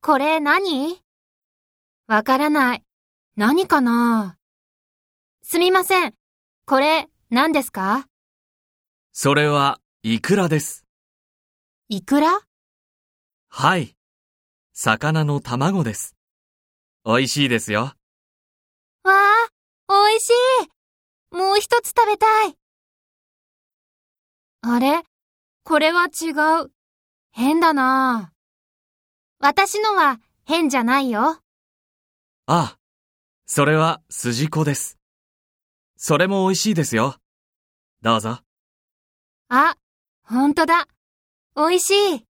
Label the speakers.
Speaker 1: これ何わからない。何かなすみません。これ何ですか
Speaker 2: それは、イクラです。
Speaker 1: いくら
Speaker 2: はい。魚の卵です。美味しいですよ。
Speaker 1: わあ、美味しいもう一つ食べたいあれこれは違う。変だなあ私のは変じゃないよ。
Speaker 2: ああ、それは、筋子です。それも美味しいですよ。どうぞ。
Speaker 1: あ、ほんとだ。美味しい。